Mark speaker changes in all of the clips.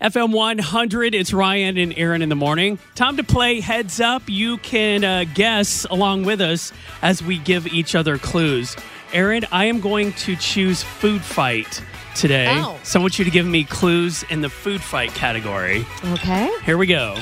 Speaker 1: FM 100, it's Ryan and Aaron in the morning. Time to play Heads Up. You can uh, guess along with us as we give each other clues. Aaron, I am going to choose Food Fight today.
Speaker 2: Oh.
Speaker 1: So I want you to give me clues in the Food Fight category.
Speaker 2: Okay.
Speaker 1: Here we go.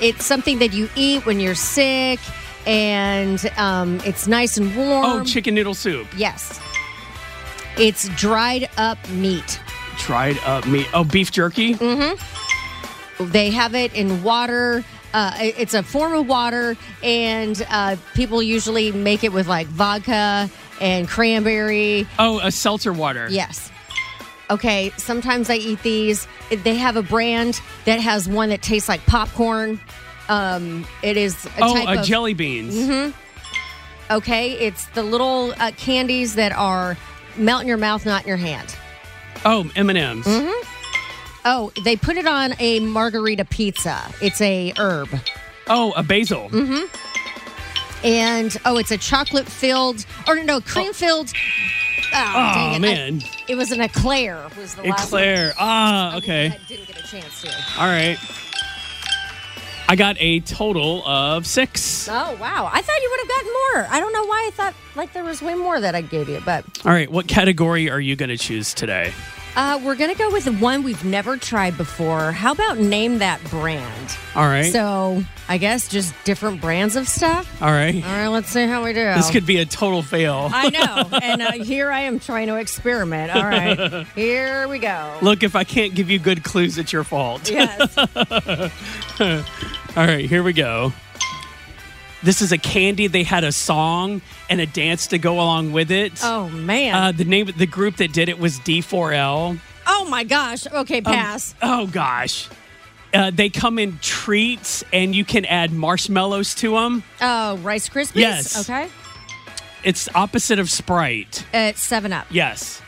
Speaker 2: It's something that you eat when you're sick, and um, it's nice and warm.
Speaker 1: Oh, chicken noodle soup.
Speaker 2: Yes. It's dried up meat.
Speaker 1: Dried up meat. Oh, beef jerky.
Speaker 2: Mm. They have it in water. Uh, it- it's a form of water, and uh, people usually make it with like vodka and cranberry.
Speaker 1: Oh, a seltzer water.
Speaker 2: Yes. Okay, sometimes I eat these. They have a brand that has one that tastes like popcorn. Um, it is a
Speaker 1: Oh,
Speaker 2: type
Speaker 1: uh,
Speaker 2: of Mm-hmm.
Speaker 1: jelly beans.
Speaker 2: Okay, it's the little uh, candies that are melt in your mouth, not in your hand.
Speaker 1: Oh, M&M's.
Speaker 2: Mm-hmm. Oh, they put it on a margarita pizza. It's a herb,
Speaker 1: Oh, a basil.
Speaker 2: Mm-hmm. and oh, it's a chocolate filled or no, no cream filled. Oh, dang it.
Speaker 1: Oh,
Speaker 2: I-
Speaker 1: man.
Speaker 2: it was an eclair. Was the last one.
Speaker 1: Eclair. Ah, okay.
Speaker 2: I didn't get a chance to.
Speaker 1: All right. I got a total of six. All
Speaker 2: Oh wow! I thought you would have gotten more. I don't know why I thought like there was way more that I gave you, but
Speaker 1: right. What category are you going to choose today?
Speaker 2: uh, we're gonna go with the one we've never tried before. How about name that brand?
Speaker 1: All right.
Speaker 2: So I guess just different brands of stuff.
Speaker 1: All right.
Speaker 2: All right, let's see how we do.
Speaker 1: This could be a total fail.
Speaker 2: Oh. I know, and uh, here I am trying to experiment. All right, here we go.
Speaker 1: Look, if I can't give you good clues, it's your fault.
Speaker 2: Yes.
Speaker 1: All right. Here we go. This is a candy. They had a song and a dance to go along with it.
Speaker 2: Oh
Speaker 1: Uh,
Speaker 2: man.
Speaker 1: the name of the group that did it was D4L.
Speaker 2: oh my gosh. Okay, pass.
Speaker 1: Oh gosh. Uh, they come in treats and you can add marshmallows to them.
Speaker 2: Oh, Rice Krispies.
Speaker 1: yes.
Speaker 2: Okay.
Speaker 1: It's opposite of Sprite.
Speaker 2: It's Seven Up.
Speaker 1: Yes.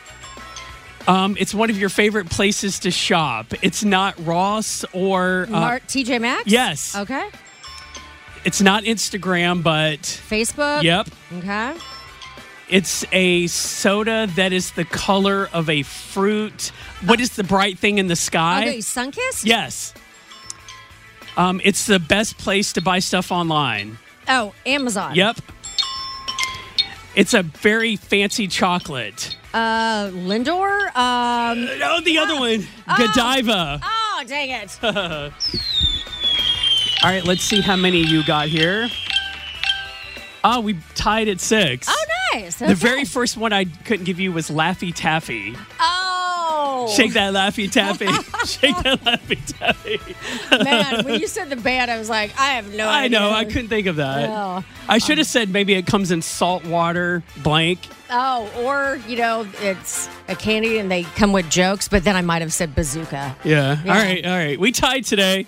Speaker 1: Um, it's one of your favorite places to shop. It's not Ross or uh,
Speaker 2: Mar- TJ Maxx.
Speaker 1: yes.
Speaker 2: Okay.
Speaker 1: it's not Instagram, but
Speaker 2: Facebook.
Speaker 1: yep.
Speaker 2: Okay.
Speaker 1: It's a soda that is the color of a fruit. What is the bright thing in the sky?
Speaker 2: Okay, Sunkist?
Speaker 1: Yes. Um, it's the best place to buy stuff online.
Speaker 2: Oh, Amazon.
Speaker 1: Yep. It's a very fancy chocolate.
Speaker 2: Uh, Lindor? Um,
Speaker 1: Oh, the other one, Godiva.
Speaker 2: oh, dang it.
Speaker 1: All right, let's see how many you got here. Oh, we tied at six.
Speaker 2: Oh, nice.
Speaker 1: The very first one I couldn't give you was Laffy Taffy.
Speaker 2: Oh.
Speaker 1: Shake that Laffy Taffy. Shake that Laffy Taffy.
Speaker 2: Man, when you said the band, I was like, I have no
Speaker 1: I
Speaker 2: idea.
Speaker 1: know, I couldn't think of that.
Speaker 2: Oh.
Speaker 1: I should have said maybe it comes in salt water, blank.
Speaker 2: Oh, or, you know, it's a candy and they come with jokes, but then I might have said bazooka.
Speaker 1: Yeah. All right, all right. We tied today.